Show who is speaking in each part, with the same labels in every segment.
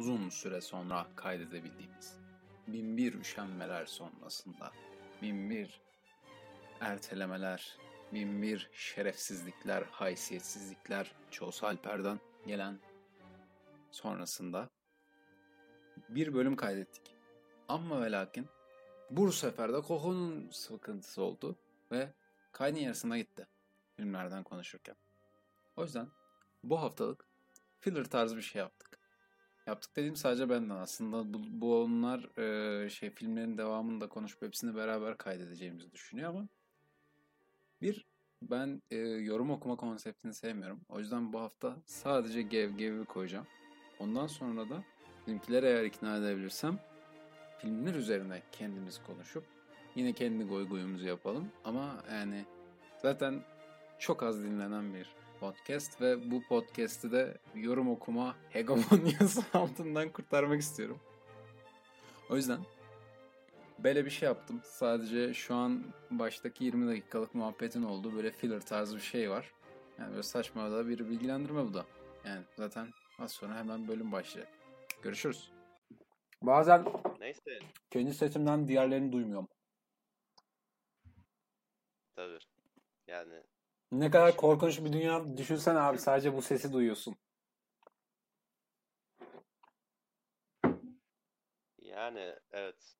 Speaker 1: uzun süre sonra kaydedebildiğimiz, binbir üşenmeler sonrasında, binbir ertelemeler, binbir şerefsizlikler, haysiyetsizlikler Çoğusu Alper'den gelen sonrasında bir bölüm kaydettik. Ama ve lakin bu sefer de Koko'nun sıkıntısı oldu ve kaydın yarısına gitti filmlerden konuşurken. O yüzden bu haftalık filler tarzı bir şey yaptık. Yaptık dediğim sadece benden aslında bu, bu onlar e, şey filmlerin devamını da konuşup hepsini beraber kaydedeceğimizi düşünüyor ama bir ben e, yorum okuma konseptini sevmiyorum. O yüzden bu hafta sadece Gev Gev'i koyacağım. Ondan sonra da bizimkileri eğer ikna edebilirsem filmler üzerine kendimiz konuşup yine kendi goy goyumuzu yapalım. Ama yani zaten çok az dinlenen bir podcast ve bu podcast'i de yorum okuma hegemonyası altından kurtarmak istiyorum. O yüzden böyle bir şey yaptım. Sadece şu an baştaki 20 dakikalık muhabbetin olduğu böyle filler tarzı bir şey var. Yani böyle saçma da bir bilgilendirme bu da. Yani zaten az sonra hemen bölüm başlayacak. Görüşürüz. Bazen
Speaker 2: Neyse
Speaker 1: kendi sesimden diğerlerini duymuyorum.
Speaker 2: tabii. Yani
Speaker 1: Ne kadar korkunç bir dünya düşünsen abi sadece bu sesi duyuyorsun.
Speaker 2: yani evet.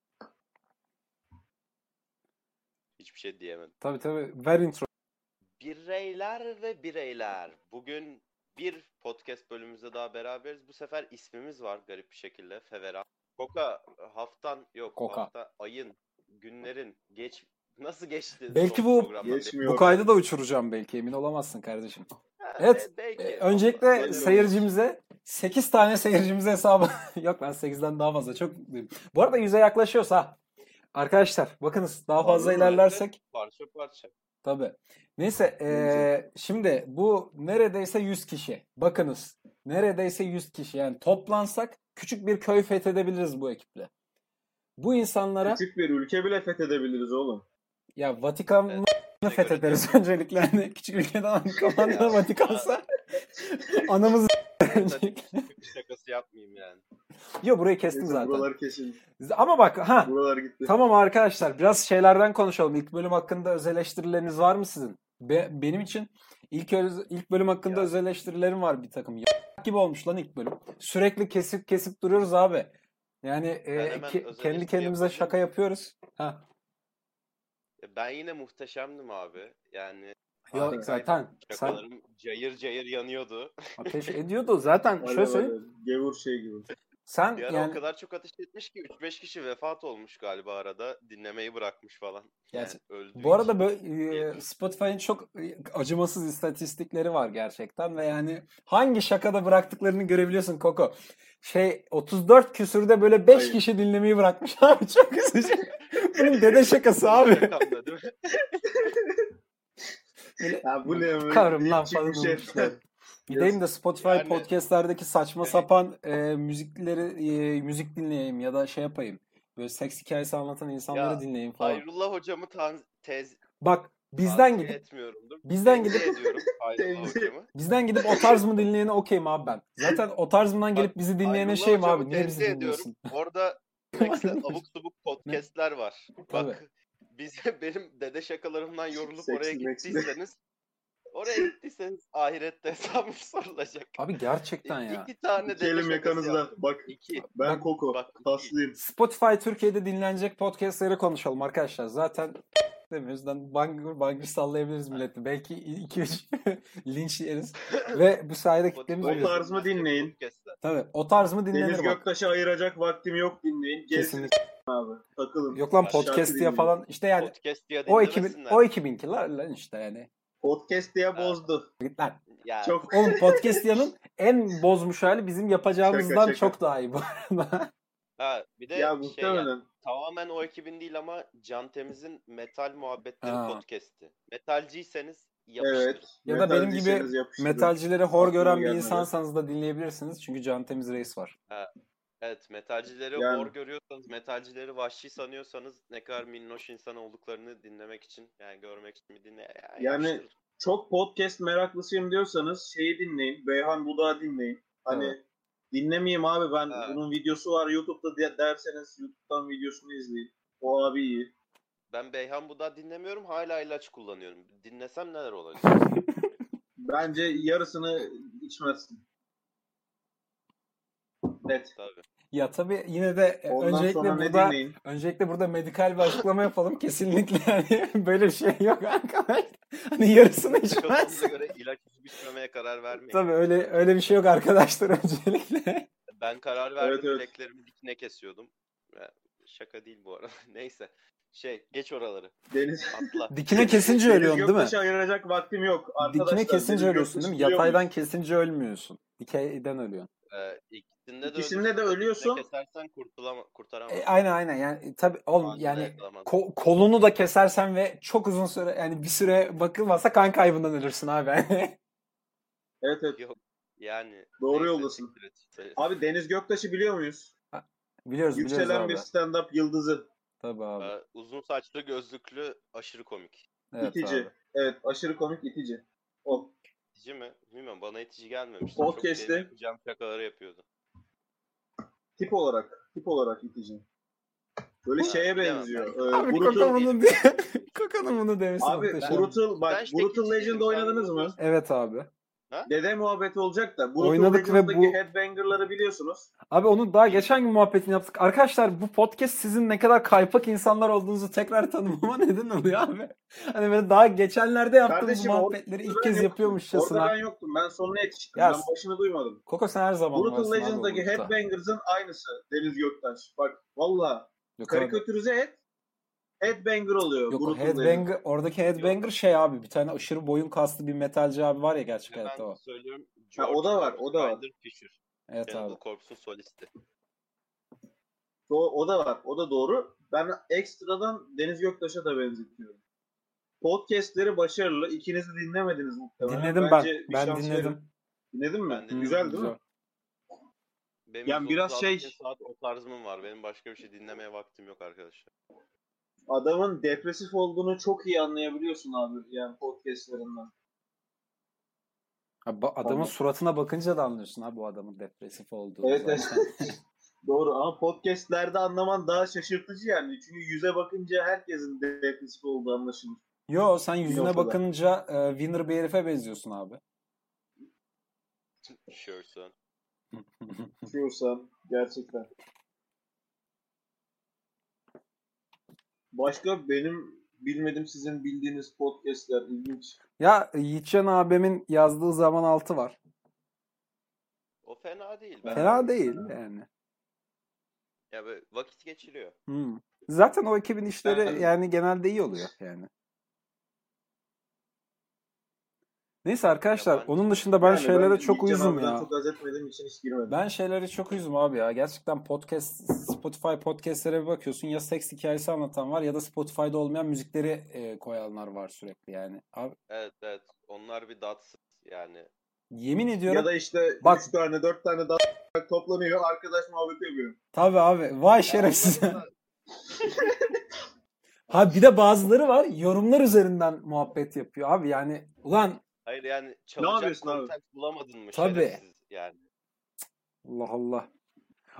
Speaker 2: Hiçbir şey diyemedim.
Speaker 1: Tabii tabii ver intro.
Speaker 2: Bireyler ve bireyler. Bugün bir podcast bölümümüzde daha beraberiz. Bu sefer ismimiz var garip bir şekilde. Fevera. Koka haftan yok.
Speaker 1: Koka.
Speaker 2: Hafta, ayın, günlerin geç nasıl geçti?
Speaker 3: Belki
Speaker 2: son
Speaker 3: bu-
Speaker 2: programdan beri?
Speaker 3: Geçmiyor.
Speaker 1: Bu kaydı da uçuracağım belki emin olamazsın kardeşim.
Speaker 2: Ha,
Speaker 1: Evet.
Speaker 2: e, belki.
Speaker 1: Ee,
Speaker 2: Hafta-
Speaker 1: Öncelikle
Speaker 2: Öyle
Speaker 1: seyircimize 8 tane seyircimize hesabı. Yok ben 8'den daha fazla çok mutluyum. Bu arada 100'e yaklaşıyorsa ha. arkadaşlar bakınız daha fazla
Speaker 2: Olur.
Speaker 1: ilerlersek
Speaker 2: Parça parça.
Speaker 1: tabi. Neyse ee,
Speaker 3: Neyse.
Speaker 1: şimdi bu neredeyse 100 kişi. Bakınız neredeyse 100 kişi yani toplansak küçük bir köy fethedebiliriz bu ekiple. Bu insanlara
Speaker 3: Küçük bir ülke bile fethedebiliriz oğlum.
Speaker 1: ya Vatikan'ı
Speaker 2: Evet,
Speaker 1: fethederiz öncelikle. Yani küçük ülkeden Vatikan'da
Speaker 2: Ya.
Speaker 1: Vatikan'sa anamızı
Speaker 2: Hadi bir şakası yapmayayım yani.
Speaker 1: Yok burayı kestim
Speaker 3: Neyse,
Speaker 1: zaten.
Speaker 3: Buralar kesin.
Speaker 1: Ama bak ha
Speaker 3: Buralar gitti.
Speaker 1: tamam arkadaşlar biraz şeylerden konuşalım. İlk bölüm hakkında öz eleştirileriniz var mı sizin? Be- benim için ilk öz- ilk bölüm hakkında
Speaker 2: Ya.
Speaker 1: öz eleştirilerim var bir takım. Ya, gibi olmuş lan ilk bölüm. Sürekli kesip kesip duruyoruz abi. Yani e,
Speaker 2: Ben hemen
Speaker 1: ke-
Speaker 2: öz
Speaker 1: kendi
Speaker 2: eleştiri
Speaker 1: kendimize
Speaker 2: yapabilirim.
Speaker 1: şaka yapıyoruz. Ha.
Speaker 2: E, Ben yine muhteşemdim abi. Yani
Speaker 1: Yok
Speaker 3: Abi,
Speaker 1: zaten sen
Speaker 2: şakalarım cayır cayır yanıyordu.
Speaker 1: ateş ediyordu zaten.
Speaker 3: Alev
Speaker 1: Şöyle söyleyeyim.
Speaker 3: alev. Gevur şey gibi.
Speaker 1: Sen
Speaker 2: Bir ara
Speaker 1: yani
Speaker 2: o kadar çok ateş etmiş ki 3-5 kişi vefat olmuş galiba arada. Dinlemeyi bırakmış falan. Yani
Speaker 1: Gerçi-
Speaker 2: öldüğü
Speaker 1: Bu
Speaker 2: için.
Speaker 1: arada böyle e,
Speaker 2: Evet.
Speaker 1: Spotify'ın çok e, acımasız istatistikleri var gerçekten ve yani hangi şakada bıraktıklarını görebiliyorsun Koko. Şey 34 küsürde böyle 5
Speaker 3: Hayır.
Speaker 1: kişi dinlemeyi bırakmış abi çok üzücü. Bunun dede şakası abi.
Speaker 2: Rakamda değil mi?
Speaker 3: Ya bu ne? be?
Speaker 1: Karım lan
Speaker 3: Çıkmış
Speaker 1: falan
Speaker 3: şey.
Speaker 1: olmuşlar. Gideyim de Spotify
Speaker 2: Yani-
Speaker 1: podcastlerdeki saçma
Speaker 2: Evet.
Speaker 1: sapan e, müzikleri e, müzik dinleyeyim ya da şey yapayım. Böyle seks hikayesi anlatan insanları
Speaker 2: Ya,
Speaker 1: dinleyeyim falan.
Speaker 2: Hayrullah hocamı tan tez
Speaker 1: Bak bizden
Speaker 2: tavsiye
Speaker 1: gidip
Speaker 2: etmiyorumdur.
Speaker 1: bizden
Speaker 2: Tenzih
Speaker 1: gidip
Speaker 2: ediyorum Hayrullah
Speaker 3: Tenzih.
Speaker 2: hocamı.
Speaker 1: Bizden gidip o tarz mı dinleyene okeyim abi ben. Zaten o tarzımdan gelip bizi dinleyene
Speaker 2: Hayrullah
Speaker 1: şeyim
Speaker 2: hocamı
Speaker 1: abi. Niye bizi
Speaker 2: tenzih ediyorum.
Speaker 1: dinliyorsun?
Speaker 2: Orada Max'te abuk subuk podcastler var.
Speaker 1: Tabii.
Speaker 2: Bak bize benim dede şakalarımdan yorulup
Speaker 3: Seksi
Speaker 2: oraya
Speaker 3: meksi.
Speaker 2: gittiyseniz oraya gittiyseniz ahirette hesabım sorulacak.
Speaker 1: Abi gerçekten ya.
Speaker 2: İki tane
Speaker 3: İki
Speaker 2: dede
Speaker 3: elim
Speaker 2: şakası
Speaker 3: yakanızda.
Speaker 2: yaptım.
Speaker 3: Bak
Speaker 2: İki.
Speaker 3: ben
Speaker 1: Bak-
Speaker 3: Koko.
Speaker 2: bak, iki.
Speaker 3: Taslıyım.
Speaker 1: Spotify Türkiye'de dinlenecek podcastleri konuşalım arkadaşlar. Zaten demiyoruz. Lan bangır bangır sallayabiliriz milleti. Belki 2-3 linç yeriz. Ve bu sayede kitlemiz
Speaker 3: O
Speaker 1: oluyor.
Speaker 3: tarz mı dinleyin?
Speaker 2: Podcast'ler.
Speaker 1: Tabii o tarz mı dinlenir
Speaker 3: Deniz
Speaker 1: bak.
Speaker 3: Göktaş'ı ayıracak vaktim yok dinleyin. Gezin
Speaker 1: Kesinlikle.
Speaker 3: abi. Takılın.
Speaker 1: Yok lan
Speaker 2: Şarkı
Speaker 1: podcast ya
Speaker 3: dinleyin.
Speaker 1: falan. işte yani
Speaker 2: Podcast diye
Speaker 1: o 2000
Speaker 2: dinlemesinler.
Speaker 1: o 2000'ki lan lan işte yani.
Speaker 3: Podcast diye
Speaker 2: Ha.
Speaker 3: bozdu.
Speaker 1: Git lan.
Speaker 2: Ya,
Speaker 3: Çok
Speaker 1: Oğlum podcast yanın en bozmuş hali bizim yapacağımızdan
Speaker 3: şaka.
Speaker 1: çok daha iyi bu arada.
Speaker 2: Ha, bir de
Speaker 3: ya
Speaker 2: şey yani,
Speaker 3: muhtemelen.
Speaker 2: tamamen o ekibin değil ama Can Temiz'in Metal Muhabbetleri
Speaker 1: Ha.
Speaker 2: podcast'i. Metalciyseniz yapıştır.
Speaker 3: Evet.
Speaker 1: Ya da benim gibi
Speaker 3: metalciyseniz yapıştırın.
Speaker 1: Metalcileri hor gören bir
Speaker 3: gelmedi.
Speaker 1: insansanız da dinleyebilirsiniz. Çünkü Can Temiz Reis var.
Speaker 2: Evet, metalcileri
Speaker 3: Yani.
Speaker 2: hor görüyorsanız, metalcileri vahşi sanıyorsanız ne kadar minnoş insan olduklarını dinlemek için, yani görmek için bir dinle. Ya,
Speaker 3: Yani-
Speaker 2: yapıştır.
Speaker 3: Çok podcast meraklısıyım diyorsanız şeyi dinleyin. Beyhan Budak'ı dinleyin. Hani Dinlemeyeyim abi ben
Speaker 2: Ha.
Speaker 3: bunun videosu var YouTube'da diye derseniz YouTube'dan videosunu izleyin. O abi iyi.
Speaker 2: Ben Beyhan Buda dinlemiyorum hala ilaç kullanıyorum. Dinlesem neler olacak?
Speaker 3: Bence yarısını içmezsin. Net.
Speaker 2: Tabii.
Speaker 1: Ya tabii yine de e,
Speaker 3: Ondan
Speaker 1: öncelikle
Speaker 3: sonra ne
Speaker 1: burada
Speaker 3: dinleyin?
Speaker 1: öncelikle burada medikal bir açıklama yapalım. Kesinlikle hani böyle bir şey yok arkadaşlar. Hani yarısını
Speaker 2: Kafamıza
Speaker 1: içmez.
Speaker 2: göre ilaç içip içmemeye karar vermeyin.
Speaker 1: tabii öyle öyle bir şey yok arkadaşlar öncelikle.
Speaker 2: Ben karar verdim
Speaker 3: Evet, evet.
Speaker 2: bileklerimi dikine kesiyordum. Ya, Şaka değil bu arada. Neyse. Şey geç oraları.
Speaker 3: Deniz,
Speaker 2: Atla.
Speaker 1: Dikine kesince ölüyorsun değil mi?
Speaker 3: Göktaş'a ayıracak vaktim yok. Arkadaşlar,
Speaker 1: Dikine kesince
Speaker 3: Deniz
Speaker 1: ölüyorsun değil mi?
Speaker 3: Göktaş'ı biliyor
Speaker 1: Yataydan
Speaker 3: muyuz?
Speaker 1: kesince ölmüyorsun. Dikeyden ölüyorsun.
Speaker 2: Ee, ikisinde de
Speaker 3: İkisinde de
Speaker 2: ölürsün,
Speaker 3: ölüyorsun.
Speaker 2: dikine Kesersen kurtulama, kurtaramazsın.
Speaker 1: E, aynen aynen yani tabii oğlum
Speaker 2: Anında
Speaker 1: yani
Speaker 2: yakalamazsın.
Speaker 1: ko- kolunu da kesersen ve çok uzun süre yani bir süre bakılmazsa kan kaybından ölürsün abi.
Speaker 3: Evet evet
Speaker 2: Yok. Yani
Speaker 3: Doğru
Speaker 2: neyse,
Speaker 3: yoldasın.
Speaker 2: siktir et. Söyle-
Speaker 3: Abi Deniz Göktaş'ı biliyor muyuz?
Speaker 1: biliyoruz biliyoruz
Speaker 3: Yükselen
Speaker 1: abi.
Speaker 3: bir stand-up yıldızı.
Speaker 1: Tabii abi.
Speaker 2: Ee, uzun saçlı gözlüklü aşırı komik.
Speaker 1: Evet
Speaker 3: itici.
Speaker 1: abi.
Speaker 3: Evet aşırı komik itici. O.
Speaker 2: İtici mi? Bilmiyorum bana itici gelmemişti.
Speaker 3: Bol
Speaker 2: Çok
Speaker 3: kesti.
Speaker 2: benim yapacağım şakaları yapıyordu.
Speaker 3: Tip olarak. Tip olarak itici. Böyle
Speaker 2: Ha,
Speaker 3: şeye
Speaker 2: bilemem.
Speaker 3: benziyor.
Speaker 1: Abi
Speaker 3: Ee,
Speaker 1: Kaka
Speaker 3: Brutal.
Speaker 1: bunu diye. Kaka'nın bunu demesi
Speaker 3: Abi
Speaker 1: muhteşem.
Speaker 3: Brutal. Bak
Speaker 2: Ben işte
Speaker 3: Brutal
Speaker 2: itici dedim,
Speaker 3: Legend
Speaker 2: ben
Speaker 3: oynadınız
Speaker 2: Brutal-
Speaker 3: mı?
Speaker 1: Evet abi.
Speaker 3: Dede muhabbeti olacak da. Brutal
Speaker 1: Oynadık ve
Speaker 3: Legend'daki
Speaker 1: bu-
Speaker 3: headbanger'ları biliyorsunuz.
Speaker 1: Abi onun daha geçen gün muhabbetini yaptık. Arkadaşlar bu podcast sizin ne kadar kaypak insanlar olduğunuzu tekrar tanımama neden oluyor abi. Hani böyle daha geçenlerde yaptığımız
Speaker 3: Kardeşim,
Speaker 1: muhabbetleri ilk
Speaker 3: ben
Speaker 1: kez
Speaker 3: yoktum.
Speaker 1: yapıyormuşçasına.
Speaker 3: Orada ben yoktum. Ben sonuna yetiştim.
Speaker 1: Ya-
Speaker 3: Ben başını duymadım.
Speaker 1: Koko sen her zaman
Speaker 3: Brutal
Speaker 1: varsın abi
Speaker 3: Legend'daki
Speaker 1: bu grupta.
Speaker 3: Headbangers'ın aynısı. Deniz Göktaş. Bak valla.
Speaker 1: Yok abi.
Speaker 3: Karikatürize et. Headbanger oluyor.
Speaker 1: Yok o
Speaker 3: Brutal Legend.
Speaker 1: headbanger, oradaki headbanger şey abi bir tane aşırı boyun kaslı bir metalci abi şey var ya gerçek
Speaker 2: Hemen
Speaker 1: hayatta o.
Speaker 2: söylüyorum.
Speaker 3: Ha, o da var, o da var.
Speaker 2: Ryder Fisher.
Speaker 1: Evet abi.
Speaker 2: Cannibal Corpse'un solisti.
Speaker 3: O, o da var. O da doğru. Ben ekstradan Deniz Göktaş'a da benzetiyorum. Podcast'leri başarılı. İkiniz de dinlemediniz muhtemelen.
Speaker 1: Dinledim ben.
Speaker 3: Bence bir
Speaker 1: Ben
Speaker 3: şans
Speaker 1: dinledim.
Speaker 3: verin. Dinledin mi?
Speaker 2: Ben dinledim.
Speaker 3: Güzel değil mi?
Speaker 1: Güzel.
Speaker 2: Benim
Speaker 3: Yani biraz
Speaker 2: 136
Speaker 3: şey-
Speaker 2: saat o tarzımım var. Benim başka bir şey dinlemeye vaktim yok arkadaşlar.
Speaker 3: Adamın depresif olduğunu çok iyi anlayabiliyorsun abi. Yani podcastlerinden.
Speaker 1: Abi ba- adamın
Speaker 3: Anladım.
Speaker 1: suratına bakınca da anlıyorsun abi bu adamın depresif olduğunu.
Speaker 3: Evet,
Speaker 1: zaten.
Speaker 3: Doğru ama podcastlerde anlaman daha şaşırtıcı yani. Çünkü yüze bakınca herkesin depresif olduğu anlaşılır.
Speaker 1: Yo sen yüzüne
Speaker 3: noktada.
Speaker 1: bakınca e, winner bir herife benziyorsun abi.
Speaker 2: Şörsön.
Speaker 3: Diyorsan gerçekten. Başka benim bilmedim sizin bildiğiniz podcastler ilginç.
Speaker 1: ya Yiğitcan abimin yazdığı zaman altı var.
Speaker 2: O fena değil. Ben
Speaker 1: Fena değil yani.
Speaker 2: Ya böyle vakit geçiriyor.
Speaker 1: Hmm. Zaten o ekibin işleri
Speaker 3: Ben-
Speaker 1: yani genelde iyi oluyor yani. Neyse arkadaşlar
Speaker 2: Yabancı-
Speaker 1: onun dışında ben
Speaker 3: Yani
Speaker 1: şeylere
Speaker 3: ben
Speaker 1: çok
Speaker 3: Yiğitcan
Speaker 1: uyuzum
Speaker 3: abiden
Speaker 1: ya.
Speaker 3: Çok gaz etmediğim için hiç girmedim.
Speaker 1: Ben şeylere çok üzüm abi ya. Gerçekten podcast, Spotify podcastlere bir bakıyorsun ya seks hikayesi anlatan var ya da Spotify'da olmayan müzikleri e, koyanlar var sürekli yani. Abi,
Speaker 2: Evet evet. Onlar bir datsız yani.
Speaker 1: yemin
Speaker 3: Ya
Speaker 1: ediyorum
Speaker 3: da işte
Speaker 1: Bak-
Speaker 3: 3 tane 4 tane daha toplanıyor arkadaş muhabbeti yapıyor.
Speaker 1: tabii abi vay şerefsiz. Ha bir de bazıları var yorumlar üzerinden muhabbet yapıyor abi yani ulan
Speaker 2: Hayır yani çalacak
Speaker 3: yapıyorsun abi?
Speaker 2: kontak bulamadın mı
Speaker 1: Tabii.
Speaker 2: şerefsiz yani.
Speaker 1: Allah Allah.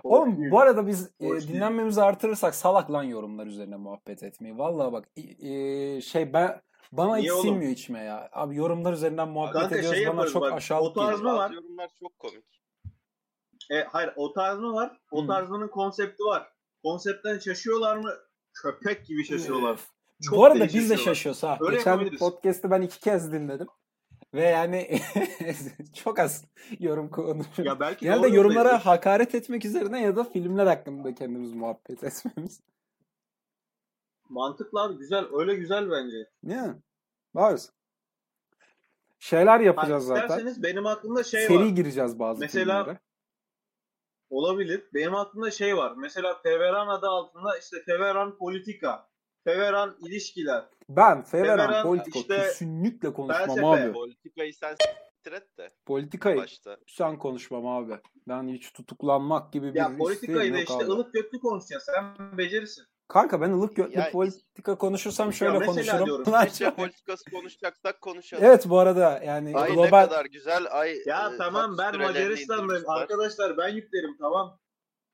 Speaker 3: O
Speaker 1: Oğlum
Speaker 3: iyi.
Speaker 1: bu arada biz e,
Speaker 3: Hoş değil.
Speaker 1: dinlenmemizi artırırsak salak lan yorumlar üzerine muhabbet etmeyi. Vallahi bak i- e, şey ben bana
Speaker 3: Niye
Speaker 1: hiç
Speaker 3: oğlum?
Speaker 1: sinmiyor içme ya. Abi yorumlar üzerinden muhabbet
Speaker 3: Kanka şey
Speaker 1: ediyoruz bana
Speaker 3: yaparız
Speaker 1: çok
Speaker 3: bak,
Speaker 1: aşağılık
Speaker 3: o tarz
Speaker 1: geliyor.
Speaker 3: mı var?
Speaker 2: Bazı yorumlar çok komik.
Speaker 3: E, hayır o tarz mı var? O
Speaker 1: Hı.
Speaker 3: tarzının konsepti var. Konseptten şaşıyorlar mı? Köpek gibi şaşıyorlar.
Speaker 1: Üf.
Speaker 3: Çok
Speaker 1: Bu arada
Speaker 3: deli
Speaker 1: biz de
Speaker 3: şaşıyorlar.
Speaker 1: şaşıyoruz ha.
Speaker 3: Öyle
Speaker 1: Geçen
Speaker 3: yapabiliriz.
Speaker 1: podcast'ı ben iki kez dinledim. Ve yani çok az yorum konuşuyoruz.
Speaker 3: Ya belki
Speaker 1: Genelde
Speaker 3: doğru
Speaker 1: yorumlara
Speaker 3: yoldayız.
Speaker 1: hakaret etmek üzerine ya da filmler hakkında kendimiz muhabbet etmemiz.
Speaker 3: mantıklı abi güzel öyle güzel bence.
Speaker 1: Değil mi? Varız. Şeyler yapacağız
Speaker 3: Hani
Speaker 1: zaten.
Speaker 3: isterseniz benim aklımda şey
Speaker 1: Seri
Speaker 3: var.
Speaker 1: gireceğiz bazı
Speaker 3: Mesela-
Speaker 1: filmlere.
Speaker 3: Olabilir. Benim aklımda şey var. Mesela Feveran adı altında işte Feveran politika, Feveran ilişkiler.
Speaker 1: Ben Feveran
Speaker 3: Feveran,
Speaker 1: Politiko
Speaker 3: işte,
Speaker 1: kesinlikle konuşmam
Speaker 3: felsefe.
Speaker 1: abi.
Speaker 2: Politikayı sen s**tir et de
Speaker 1: Politikayı
Speaker 2: başta.
Speaker 1: sen konuşmam abi. Ben hiç tutuklanmak gibi bir
Speaker 3: Ya
Speaker 1: isteğim
Speaker 3: politikayı da
Speaker 1: yok
Speaker 3: işte
Speaker 1: abi.
Speaker 3: ılık götlü konuşacaksın. Sen becerirsin.
Speaker 1: Kanka ben ılık götlü
Speaker 2: Ya-
Speaker 1: politika konuşursam şöyle
Speaker 3: mesela
Speaker 1: konuşurum.
Speaker 3: diyorum,
Speaker 1: Lan
Speaker 2: Rusya
Speaker 1: şöyle-
Speaker 2: Şey, politikası konuşacaksak konuşalım.
Speaker 1: evet bu arada yani
Speaker 2: Ay ne
Speaker 1: global
Speaker 2: kadar güzel. Ay
Speaker 3: Ya
Speaker 2: e,
Speaker 3: tamam
Speaker 2: taksi
Speaker 3: ben
Speaker 2: sürelerini
Speaker 3: Macaristan'dayım.
Speaker 2: indirmişler.
Speaker 3: Arkadaşlar ben yüklerim tamam.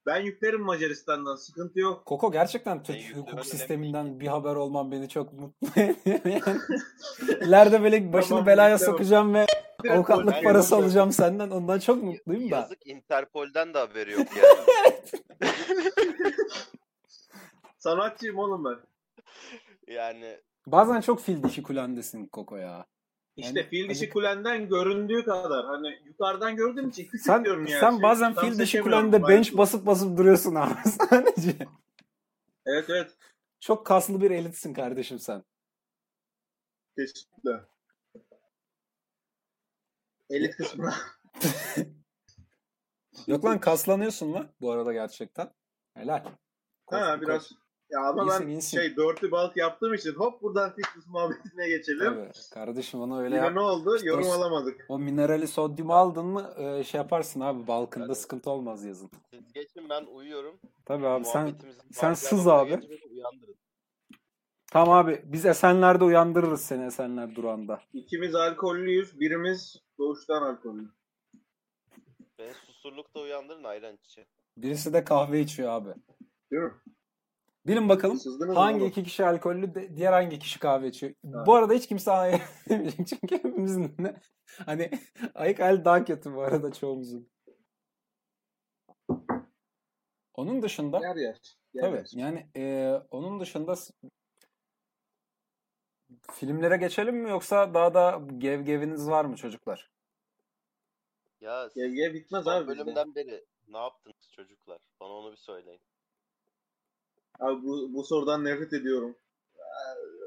Speaker 3: Ben yüklerim Macaristan'dan. Sıkıntı yok.
Speaker 1: Koko gerçekten Türk
Speaker 2: yüklü
Speaker 1: hukuk
Speaker 2: önemli.
Speaker 1: sisteminden bir haber olmam beni çok mutlu ediyor. Yani ileride böyle başını
Speaker 3: Tamam,
Speaker 1: belaya
Speaker 3: yükle bak.
Speaker 1: sokacağım ve avukatlık
Speaker 2: Ben-
Speaker 1: parası
Speaker 3: Ben-
Speaker 1: alacağım senden. Ondan çok mutluyum da.
Speaker 2: Yazık Interpol'den de haberi yok yani.
Speaker 3: Sanatçıyım oğlum ben.
Speaker 2: yani
Speaker 1: Bazen çok fil dişi kulandesin Koko ya.
Speaker 3: İşte
Speaker 1: Yani
Speaker 3: fil dişi
Speaker 1: azıcık-
Speaker 3: kulenden göründüğü kadar. Hani yukarıdan gördüğüm için küçük
Speaker 1: Sen
Speaker 3: diyorum yani.
Speaker 1: sen
Speaker 3: Şey,
Speaker 1: bazen
Speaker 3: tam
Speaker 1: fil dişi
Speaker 3: seçemiyorum
Speaker 1: kulende
Speaker 3: bari.
Speaker 1: bench basıp basıp duruyorsun abi sadece.
Speaker 3: Evet evet.
Speaker 1: Çok kaslı bir elitsin kardeşim sen.
Speaker 3: Kesinlikle. Elit kısmına.
Speaker 1: Yok lan kaslanıyorsun lan bu arada gerçekten. Helal.
Speaker 3: ha
Speaker 1: Koş-
Speaker 3: biraz. Ya ama
Speaker 1: İyisin,
Speaker 3: ben
Speaker 1: iyisin.
Speaker 3: şey dörtlü balt yaptığım için hop buradan fitness muhabbetine geçelim.
Speaker 1: Tabii. Kardeşim onu öyle
Speaker 3: Yine
Speaker 1: yap.
Speaker 3: ne oldu?
Speaker 1: İşte
Speaker 3: Yorum
Speaker 1: o-
Speaker 3: alamadık.
Speaker 1: O minerali sodyumu aldın mı e, şey yaparsın abi balkında
Speaker 2: Evet.
Speaker 1: sıkıntı olmaz yazın.
Speaker 2: siz geçin ben uyuyorum.
Speaker 1: Tabii abi sen
Speaker 2: Muhabbetimizin
Speaker 1: sen
Speaker 2: farklı
Speaker 1: sız
Speaker 2: yerlerine
Speaker 1: abi.
Speaker 2: geçin, beni Uyandırın.
Speaker 1: tam abi biz Esenler'de uyandırırız seni Esenler durağında.
Speaker 3: İkimiz alkollüyüz. Birimiz doğuştan alkollü.
Speaker 2: Beni susurlukta uyandırın ayran içi.
Speaker 1: Birisi de kahve içiyor abi.
Speaker 3: Değil mi?
Speaker 1: Bilin bakalım
Speaker 3: Sızdınız mı
Speaker 1: hangi
Speaker 3: oğlum?
Speaker 1: iki kişi alkollü de- diğer hangi kişi kahve içiyor.
Speaker 3: Ha.
Speaker 1: Bu arada hiç kimse hayır demeyecek çünkü hepimizin ne- hani ayık hali daha kötü bu arada çoğumuzun. Onun dışında
Speaker 3: Yer yer. yer
Speaker 1: Tabii.
Speaker 3: yer.
Speaker 1: Yani eee, onun dışında s- filmlere geçelim mi yoksa daha da gevgeviniz var mı çocuklar?
Speaker 2: Ya siz
Speaker 3: Gevge bitmez
Speaker 2: son
Speaker 3: abi. bizde.
Speaker 2: bölümden beri ne yaptınız çocuklar? Bana onu bir söyleyin.
Speaker 3: Abi bu, bu sorudan nefret ediyorum. Ee,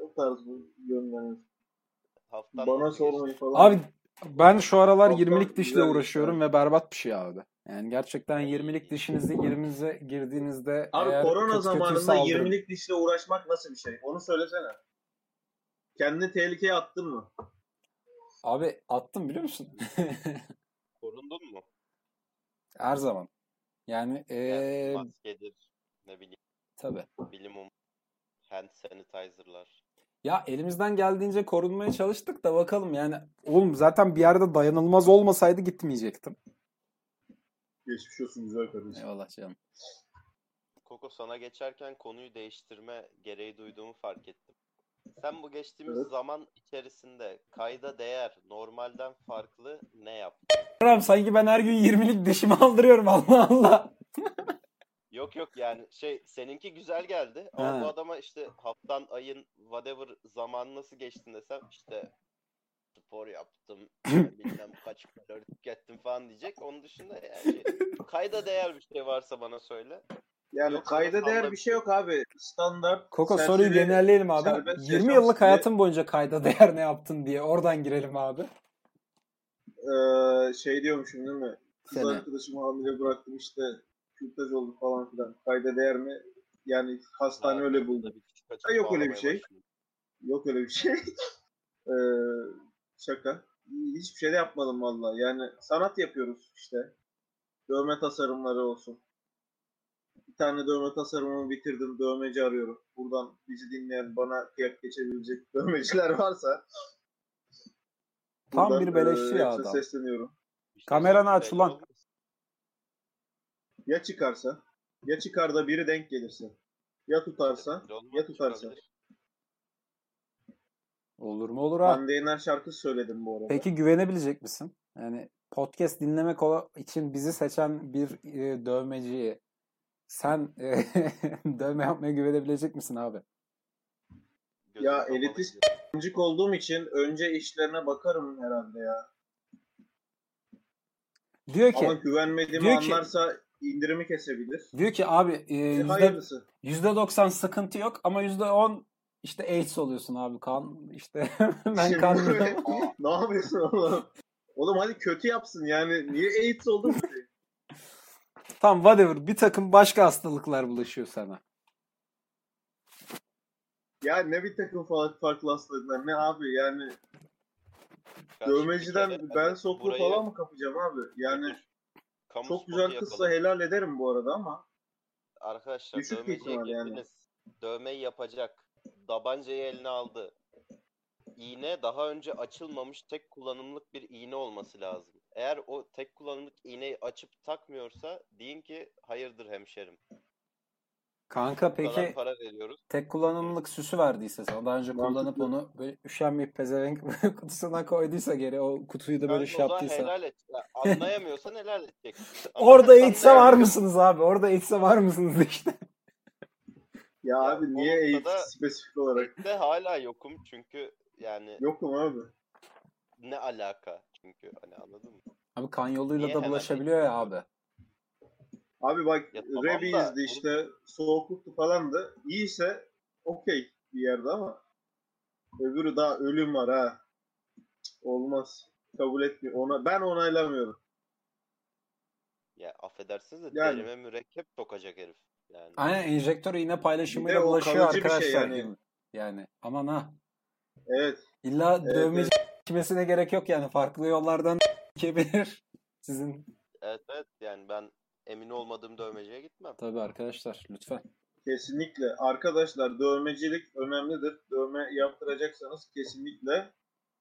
Speaker 3: O tarz bu yönler.
Speaker 2: Haftan
Speaker 3: Bana
Speaker 2: nasıl geçti?
Speaker 3: sormayın falan.
Speaker 1: Abi ben şu aralar
Speaker 3: Çok
Speaker 1: 20'lik
Speaker 3: da
Speaker 1: dişle
Speaker 3: güzel şey.
Speaker 1: uğraşıyorum ve berbat bir şey abi. Yani gerçekten 20'lik dişinizi 20'nize girdiğinizde
Speaker 3: Abi
Speaker 1: eğer
Speaker 3: korona
Speaker 1: kötü kötüyse
Speaker 3: zamanında
Speaker 1: aldırın.
Speaker 3: 20'lik dişle uğraşmak nasıl bir şey? Onu söylesene. Kendini tehlikeye attın mı?
Speaker 1: Abi attım biliyor musun?
Speaker 2: Korundun mu?
Speaker 1: Her zaman. Yani eee
Speaker 2: Yani maskedir, ne bileyim
Speaker 1: tabii.
Speaker 2: bilimum, hand sanitizer'lar.
Speaker 1: Ya elimizden geldiğince korunmaya çalıştık da bakalım yani oğlum zaten bir yerde dayanılmaz olmasaydı gitmeyecektim.
Speaker 3: Geçmiş olsun güzel kardeşim.
Speaker 1: Eyvallah canım.
Speaker 2: Koko sana geçerken konuyu değiştirme gereği duyduğumu fark ettim. Sen bu geçtiğimiz
Speaker 3: Evet.
Speaker 2: zaman içerisinde kayda değer, normalden farklı ne yaptın?
Speaker 1: Kerem sanki ben her gün 20'lik dişimi aldırıyorum Allah Allah.
Speaker 2: Yok yok yani şey seninki güzel geldi ama
Speaker 1: Ha.
Speaker 2: bu adama işte haftan ayın whatever zaman nasıl geçtin desem işte spor yaptım işte bilmem kaç kalori tükettim falan diyecek. Onun dışında yani şey, kayda değer bir şey varsa bana söyle.
Speaker 3: Yani
Speaker 2: Yok,
Speaker 3: kayda
Speaker 2: yok,
Speaker 3: değer
Speaker 2: anladım.
Speaker 3: bir şey yok abi. Standart.
Speaker 1: Koko
Speaker 3: serseri-
Speaker 1: soruyu genelleyelim abi.
Speaker 3: serbest
Speaker 1: 20
Speaker 3: yaşam
Speaker 1: yıllık
Speaker 3: stili.
Speaker 1: hayatın boyunca kayda değer ne yaptın diye oradan girelim abi.
Speaker 3: Ee, şey diyormuşum değil mi? Kız
Speaker 1: Sene.
Speaker 3: arkadaşımı hamile bıraktım işte. Kürtaj oldu falan filan. Kayda değer mi? Yani hastane
Speaker 2: Ha,
Speaker 3: öyle
Speaker 2: orada
Speaker 3: buldu.
Speaker 2: bir küçük açık
Speaker 3: Ha, yok öyle bir
Speaker 2: bağlamaya
Speaker 3: şey.
Speaker 2: başladım.
Speaker 3: Yok öyle bir şey. Ee, şaka. Hiçbir şey de yapmadım valla. Yani sanat yapıyoruz işte. Dövme tasarımları olsun. Bir tane dövme tasarımımı bitirdim. Dövmeci arıyorum. Buradan bizi dinleyen bana kıyak geçebilecek dövmeciler varsa.
Speaker 1: Tam
Speaker 3: buradan,
Speaker 1: bir beleşçi
Speaker 3: e,
Speaker 1: ya
Speaker 3: hepsine
Speaker 1: adam.
Speaker 3: sesleniyorum.
Speaker 2: İşte
Speaker 1: Kameranı
Speaker 2: sen
Speaker 1: aç
Speaker 2: şey belli
Speaker 1: ulan.
Speaker 2: olmaz.
Speaker 3: Ya çıkarsa. Ya çıkar da biri denk gelirse. Ya tutarsa.
Speaker 2: Belli olmaz,
Speaker 3: ya tutarsa.
Speaker 2: çıkabilir.
Speaker 1: Olur mu olur abi.
Speaker 3: Hande Yener şarkı söyledim bu arada.
Speaker 1: Peki güvenebilecek misin? Yani podcast dinlemek ola- için bizi seçen bir e, dövmeciyi sen e, dövme yapmaya güvenebilecek misin abi?
Speaker 2: Gözüm
Speaker 3: Ya
Speaker 2: kapalı
Speaker 3: elitist-
Speaker 2: diyor.
Speaker 3: Öncük olduğum için önce işlerine bakarım herhalde ya.
Speaker 1: Diyor ki
Speaker 3: Ama güvenmediğimi
Speaker 1: Diyor ki-
Speaker 3: anlarsa indirimi kesebilir.
Speaker 1: diyor ki abi e,
Speaker 3: E,
Speaker 1: yüzde-
Speaker 3: hayırlısı.
Speaker 1: %90 sıkıntı yok ama %10 işte AIDS oluyorsun abi kan işte ben
Speaker 3: Şimdi
Speaker 1: kan
Speaker 3: böyle- ne yapıyorsun oğlum? Oğlum hadi kötü yapsın yani. Niye AIDS oldun?
Speaker 1: Tam whatever bir takım başka hastalıklar bulaşıyor sana.
Speaker 3: ya ne bir takım fa- farklı hastalıklar ne abi yani
Speaker 2: Ya
Speaker 3: dövmeciden
Speaker 2: şimdi bir kere
Speaker 3: ben
Speaker 2: hani
Speaker 3: soklu
Speaker 2: burayı
Speaker 3: falan mı kapacağım abi? Yani
Speaker 2: götür. Kamu
Speaker 3: çok
Speaker 2: spotu
Speaker 3: güzel kızsa
Speaker 2: yapalım.
Speaker 3: helal ederim bu arada ama
Speaker 2: Arkadaşlar
Speaker 3: Düşük bir
Speaker 2: dövmeciye
Speaker 3: ihtimal yani.
Speaker 2: girdiniz. dövmeyi yapacak. Dabancayı eline aldı. İğne daha önce açılmamış tek kullanımlık bir iğne olması lazım. Eğer o tek kullanımlık iğneyi açıp takmıyorsa deyin ki hayırdır hemşerim.
Speaker 1: Kanka
Speaker 2: Bu kadar
Speaker 1: peki
Speaker 2: para veriyoruz.
Speaker 1: tek kullanımlık süsü verdiyse sana daha önce
Speaker 3: Mantıklı.
Speaker 1: kullanıp onu böyle üşenmeyip pezevenk kutusuna koyduysa geri o kutuyu da böyle
Speaker 2: Kanka
Speaker 1: şey
Speaker 2: o zaman
Speaker 1: yaptıysa.
Speaker 2: helal et. Ya, anlayamıyorsan helal edecek.
Speaker 1: Orada eğitse
Speaker 2: eğitse
Speaker 1: var mısınız abi? Orada eğitse var mısınız işte?
Speaker 3: Ya
Speaker 2: Ya
Speaker 3: abi
Speaker 2: bu
Speaker 3: niye eğitim
Speaker 2: noktada-
Speaker 3: spesifik olarak?
Speaker 2: De hala yokum çünkü yani
Speaker 3: Yokum abi.
Speaker 2: ne alaka çünkü hani anladın mı?
Speaker 1: Abi kan yoluyla
Speaker 2: Niye
Speaker 1: da
Speaker 2: hemen
Speaker 1: bulaşabiliyor ya abi.
Speaker 3: Abi bak
Speaker 2: Ya tamam
Speaker 3: Rebi
Speaker 2: da-
Speaker 3: izdi işte soğukluktu falan da iyiyse okey bir yerde ama öbürü daha ölüm var ha. Olmaz. Kabul etmiyor. Ona, ben onaylamıyorum.
Speaker 2: Ya affedersiniz de
Speaker 3: Yani.
Speaker 2: derime mürekkep sokacak herif. Yani
Speaker 1: Aynen enjektör iğne paylaşımıyla
Speaker 3: Bir de o
Speaker 1: bulaşıyor
Speaker 3: kalıcı bir şey
Speaker 1: arkadaşlar.
Speaker 3: yani.
Speaker 1: gibi. yani aman ha.
Speaker 3: Evet.
Speaker 1: İlla
Speaker 3: Evet,
Speaker 1: dövmeci kimesine gerek yok yani. Farklı yollardan kebilir. Sizin
Speaker 2: evet evet yani ben emin olmadığım dövmeciye gitmem.
Speaker 1: tabii arkadaşlar lütfen.
Speaker 3: Kesinlikle. Arkadaşlar dövmecilik önemlidir. Dövme yaptıracaksanız kesinlikle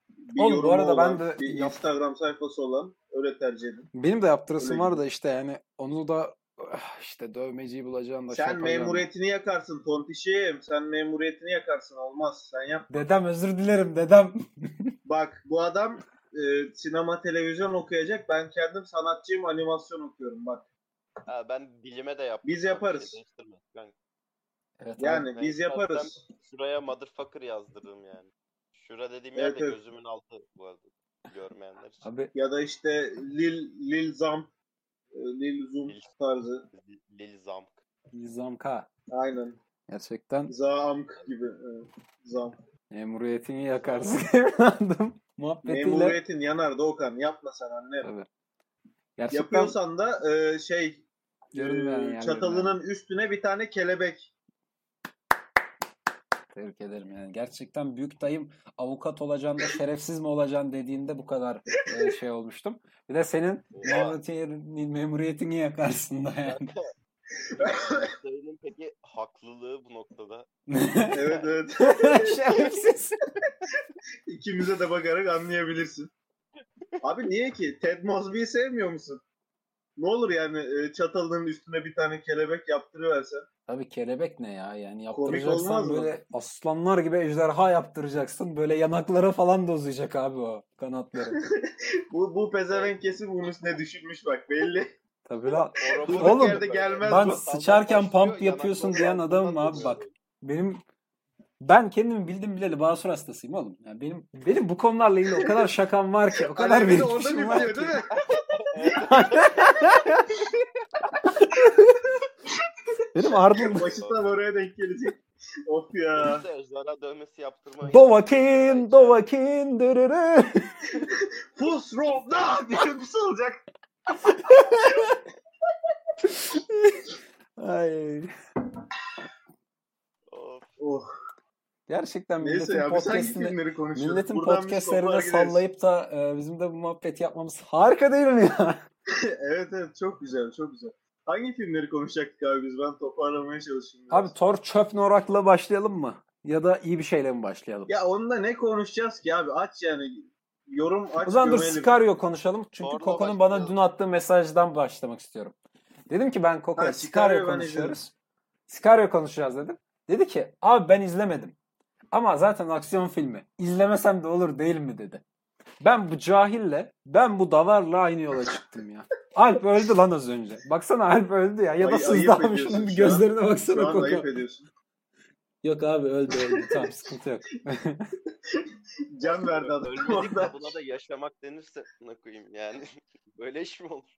Speaker 3: bir
Speaker 1: Oğlum, bu
Speaker 3: yorumu
Speaker 1: arada ben
Speaker 3: olan,
Speaker 1: de
Speaker 3: bir
Speaker 1: yap-
Speaker 3: Instagram sayfası olan öyle tercih edin.
Speaker 1: Benim de yaptırasım
Speaker 3: Öyle
Speaker 1: var
Speaker 3: gibi.
Speaker 1: da işte yani onu da ah, işte dövmeciyi bulacağım da şey
Speaker 3: Sen
Speaker 1: yapacağım.
Speaker 3: memuriyetini yakarsın tontişim. Sen memuriyetini yakarsın. Olmaz. Sen yap.
Speaker 1: Dedem özür dilerim dedem.
Speaker 3: Bak bu adam e, sinema televizyon okuyacak. Ben kendim sanatçıyım animasyon okuyorum bak.
Speaker 2: Ha, ben bilime de yapmam.
Speaker 3: Biz yaparız.
Speaker 2: değiştirmez. Ben
Speaker 1: Evet abi.
Speaker 3: Yani
Speaker 2: ben
Speaker 3: biz yaparız.
Speaker 2: şuraya motherfucker yazdırırım yani. Şura dediğim
Speaker 3: Evet,
Speaker 2: yerde
Speaker 3: evet.
Speaker 2: gözümün altı bu arada. Görmeyenler için.
Speaker 1: Abi
Speaker 3: Ya da işte Lil Lil Zamp, e, Lil Zum
Speaker 2: Lil-
Speaker 3: tarzı.
Speaker 2: Lil- Lil Zamk.
Speaker 1: Nizamka.
Speaker 3: Aynen.
Speaker 1: Gerçekten
Speaker 3: Zamk gibi. e, Evet. Zamp.
Speaker 1: memuriyetini yakarsın evladım. Muhabbetiyle.
Speaker 3: Memuriyetin yanardı Okan. Yapma sen anne.
Speaker 1: Tabii. Gerçekten
Speaker 3: Yapıyorsan da e, şey
Speaker 1: görünmeyen
Speaker 3: e,
Speaker 1: yerlerine
Speaker 3: çatalının üstüne bir tane kelebek.
Speaker 1: Tebrik ederim yani. Gerçekten büyük dayım avukat olacaksın da şerefsiz mi olacaksın dediğinde bu kadar e, şey olmuştum. Bir de senin
Speaker 2: Oha.
Speaker 1: memuriyetini, memuriyetini yakarsın da yani.
Speaker 2: Dayının peki haklılığı bu noktada.
Speaker 3: Evet evet.
Speaker 1: Şerefsiz.
Speaker 3: İkimize de bakarak anlayabilirsin. Abi niye ki? Ted Mosby'yi sevmiyor musun? Ne olur yani e, çatalının üstüne bir tane kelebek yaptırıversen.
Speaker 1: Tabii kelebek ne ya yani
Speaker 3: Komik
Speaker 1: yaptıracaksan
Speaker 3: olmaz mı?
Speaker 1: böyle aslanlar gibi ejderha yaptıracaksın. Böyle yanaklara falan dozlayacak abi o kanatları.
Speaker 3: Bu, bu pezevenk kesin bunun üstüne düşünmüş bak belli.
Speaker 1: Tabii lan.
Speaker 2: Orada
Speaker 1: Oğlum,
Speaker 3: yerde gelmez
Speaker 1: ben
Speaker 3: bu.
Speaker 1: sıçarken
Speaker 2: Koşuyor,
Speaker 1: pump yapıyorsun
Speaker 2: yanakları
Speaker 1: diyen
Speaker 2: altından
Speaker 1: adamım abi
Speaker 2: tutuyor.
Speaker 1: bak. Benim ben kendimi bildim bileli basur hastasıyım oğlum. Yani benim benim bu konularla ilgili o kadar şakam var ki, o kadar
Speaker 3: Annemi Hani de orada
Speaker 1: birikmişim var
Speaker 3: biliyor
Speaker 1: ki.
Speaker 3: değil mi?
Speaker 1: Benim ardımda
Speaker 3: Başı tam oraya denk gelecek. Of ya.
Speaker 2: İşte ejderha dövmesi yaptırmayı.
Speaker 1: Dovakin, Dovakin, dırırı.
Speaker 3: Pus Robna diye bir şey olacak.
Speaker 1: Ay.
Speaker 2: Of.
Speaker 3: Oh.
Speaker 1: Gerçekten
Speaker 3: Neyse
Speaker 1: milletin
Speaker 3: ya biz hangi
Speaker 1: podcastini
Speaker 3: filmleri konuşuyoruz?
Speaker 1: milletin
Speaker 3: Buradan biz
Speaker 1: podcastlerine
Speaker 3: toplar gideriz.
Speaker 1: sallayıp da e, bizim de bu muhabbeti yapmamız harika değil mi ya?
Speaker 3: evet evet çok güzel çok güzel. Hangi filmleri konuşacaktık abi biz? Ben toparlamaya çalışayım. biraz.
Speaker 1: Abi Thor çöp norakla başlayalım mı? Ya da iyi bir şeyle mi başlayalım?
Speaker 3: Ya onunla ne konuşacağız ki abi? Aç yani. Yorum aç.
Speaker 1: O zaman dur
Speaker 3: gömelim.
Speaker 1: Sicario konuşalım. Çünkü
Speaker 2: Thor'la
Speaker 1: Koko'nun bana
Speaker 2: başlayalım.
Speaker 1: dün attığı mesajdan başlamak istiyorum. Dedim ki ben Koko'ya
Speaker 3: Ha,
Speaker 1: Sicario,
Speaker 3: Sicario ben
Speaker 1: konuşuyoruz. Sicario konuşacağız dedim. Dedi ki abi ben izlemedim. Ama zaten aksiyon filmi. İzlemesem de olur değil mi dedi. Ben bu cahille, ben bu davarla aynı yola çıktım ya. Alp öldü lan az önce. Baksana Alp öldü ya. Ya da
Speaker 3: Ay-
Speaker 1: sızdı
Speaker 3: ayıp
Speaker 1: abi
Speaker 3: ediyorsun
Speaker 1: şunun bir
Speaker 3: şu an.
Speaker 1: gözlerine
Speaker 3: Şu
Speaker 1: baksana
Speaker 3: an ayıp
Speaker 1: Koko.
Speaker 3: ediyorsun.
Speaker 1: Yok abi öldü öldü. Tamam sıkıntı yok.
Speaker 3: Can verdi adam.
Speaker 2: Ölmedik de buna da yaşamak denirse ne koyayım yani. Böyle iş mi olur?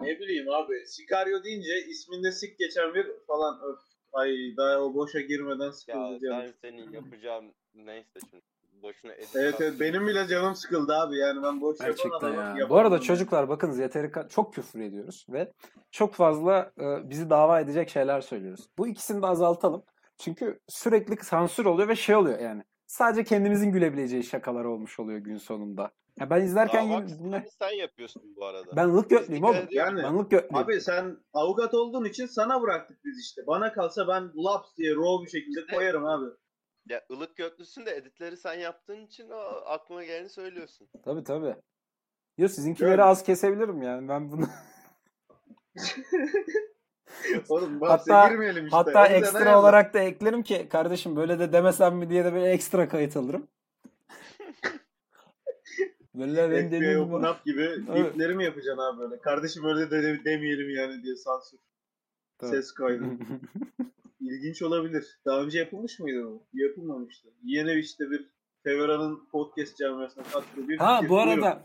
Speaker 3: ne bileyim abi. Sicario deyince isminde sik geçen bir falan. Öf. Ay daha o boşa girmeden
Speaker 2: Ya
Speaker 3: sıkıldı canım.
Speaker 2: ben senin yapacağım neyse şimdi. Boşuna edit.
Speaker 3: Evet evet benim bile canım sıkıldı abi yani ben boş yapan
Speaker 1: Gerçekten
Speaker 3: adamım,
Speaker 1: ya.
Speaker 3: yapamam
Speaker 1: Bu arada
Speaker 3: yani.
Speaker 1: çocuklar bakınız yeteri ka- çok küfür ediyoruz ve çok fazla e, bizi dava edecek şeyler söylüyoruz. Bu ikisini de azaltalım. Çünkü sürekli sansür oluyor ve şey oluyor yani. sadece kendimizin gülebileceği şakalar olmuş oluyor gün sonunda. Ya ben izlerken
Speaker 2: Daha
Speaker 1: yine
Speaker 2: haksızlığını
Speaker 1: bunlar-
Speaker 2: sen yapıyorsun bu arada.
Speaker 1: ben lık götlüyüm
Speaker 2: Dikkat
Speaker 1: oğlum.
Speaker 2: ediyorum.
Speaker 3: Yani
Speaker 1: Ben lık götlüyüm.
Speaker 3: abi sen avukat olduğun için sana bıraktık biz işte. Bana kalsa ben laps diye raw bir şekilde koyarım abi.
Speaker 2: Ya ılık göklüsün de editleri sen yaptığın için o aklına geleni söylüyorsun.
Speaker 1: Tabii tabii. Yo sizinkileri
Speaker 3: Yani-
Speaker 1: az kesebilirim yani. Ben bunu
Speaker 3: Oğlum bahse
Speaker 1: Hatta-
Speaker 3: girmeyelim işte.
Speaker 1: hatta
Speaker 3: Önceden
Speaker 1: ekstra
Speaker 3: ayarla.
Speaker 1: olarak da eklerim ki kardeşim böyle de demesem mi diye de böyle ekstra kayıt alırım. Böyle ben
Speaker 3: FBI
Speaker 1: deniyorum
Speaker 3: Open
Speaker 1: bunu.
Speaker 3: Up gibi
Speaker 1: Evet.
Speaker 3: bipleri mi yapacaksın abi böyle? Kardeşim öyle de de- demeyelim yani diye sansür.
Speaker 1: Tabii.
Speaker 3: Ses kaydı. İlginç olabilir. Daha önce yapılmış mıydı bu? Yapılmamıştı. Yine işte bir Fevera'nın podcast camiasına kattığı bir
Speaker 1: Ha
Speaker 3: fikir
Speaker 1: bu
Speaker 3: buyurun.
Speaker 1: arada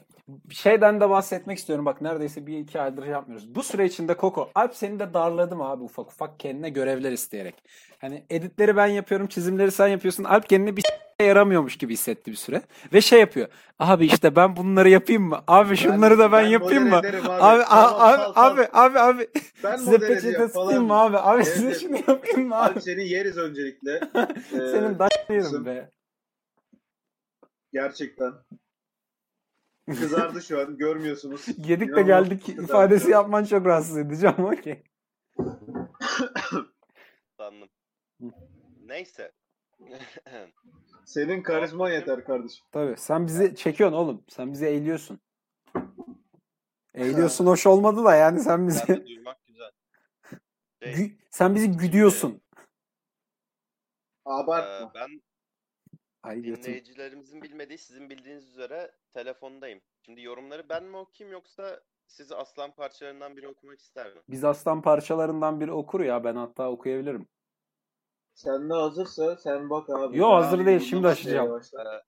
Speaker 1: şeyden de bahsetmek istiyorum. Bak neredeyse bir iki aydır şey yapmıyoruz. Bu süre içinde Koko. Alp seni de darladım abi ufak ufak kendine görevler isteyerek. Hani editleri ben yapıyorum, çizimleri sen yapıyorsun. Alp kendine bir şey yaramıyormuş gibi hissetti bir süre. Ve şey yapıyor. Abi işte ben bunları yapayım mı? Abi şunları da ben, yapayım mı?
Speaker 3: model ederim
Speaker 1: Abi,
Speaker 3: Tamam,
Speaker 1: abi,
Speaker 3: sal, sal.
Speaker 1: abi, abi, abi,
Speaker 3: Ben
Speaker 1: Size
Speaker 3: model
Speaker 1: peçete
Speaker 3: edeceğim
Speaker 1: sıkayım
Speaker 3: falan.
Speaker 1: mı abi? Abi
Speaker 3: Evet,
Speaker 1: size
Speaker 3: evet.
Speaker 1: şunu yapayım mı abi?
Speaker 3: Abi seni yeriz öncelikle. Ee,
Speaker 1: Senin daşlarım
Speaker 3: kızım.
Speaker 1: be.
Speaker 3: Gerçekten. Kızardı şu an görmüyorsunuz.
Speaker 1: Yedik de
Speaker 3: İnanılmaz
Speaker 1: geldik
Speaker 3: kızardı.
Speaker 1: ifadesi yapman çok rahatsız edici ama okey.
Speaker 2: Sandım.
Speaker 1: Hı.
Speaker 2: Neyse.
Speaker 3: Senin karizman yeter kardeşim.
Speaker 1: Tabii. Sen bizi çekiyorsun oğlum. Sen bizi eğiliyorsun. Eğiliyorsun hoş olmadı da yani sen
Speaker 2: ben
Speaker 1: bizi
Speaker 2: de duymak güzel. Şey,
Speaker 1: gü- sen bizi güdüyorsun.
Speaker 2: e,
Speaker 3: Abartma.
Speaker 2: ben
Speaker 1: Ay götüm.
Speaker 2: dinleyicilerimizin bilmediği sizin bildiğiniz üzere telefondayım. Şimdi yorumları ben mi okuyayım yoksa sizi aslan parçalarından biri okumak ister mi?
Speaker 1: Biz aslan parçalarından biri okur ya ben hatta okuyabilirim.
Speaker 3: Sen de hazırsa sen bak abi.
Speaker 1: Yo,
Speaker 3: Ben
Speaker 1: hazır değil,
Speaker 3: bunu
Speaker 1: şimdi
Speaker 3: şey
Speaker 1: açacağım.
Speaker 3: başlar.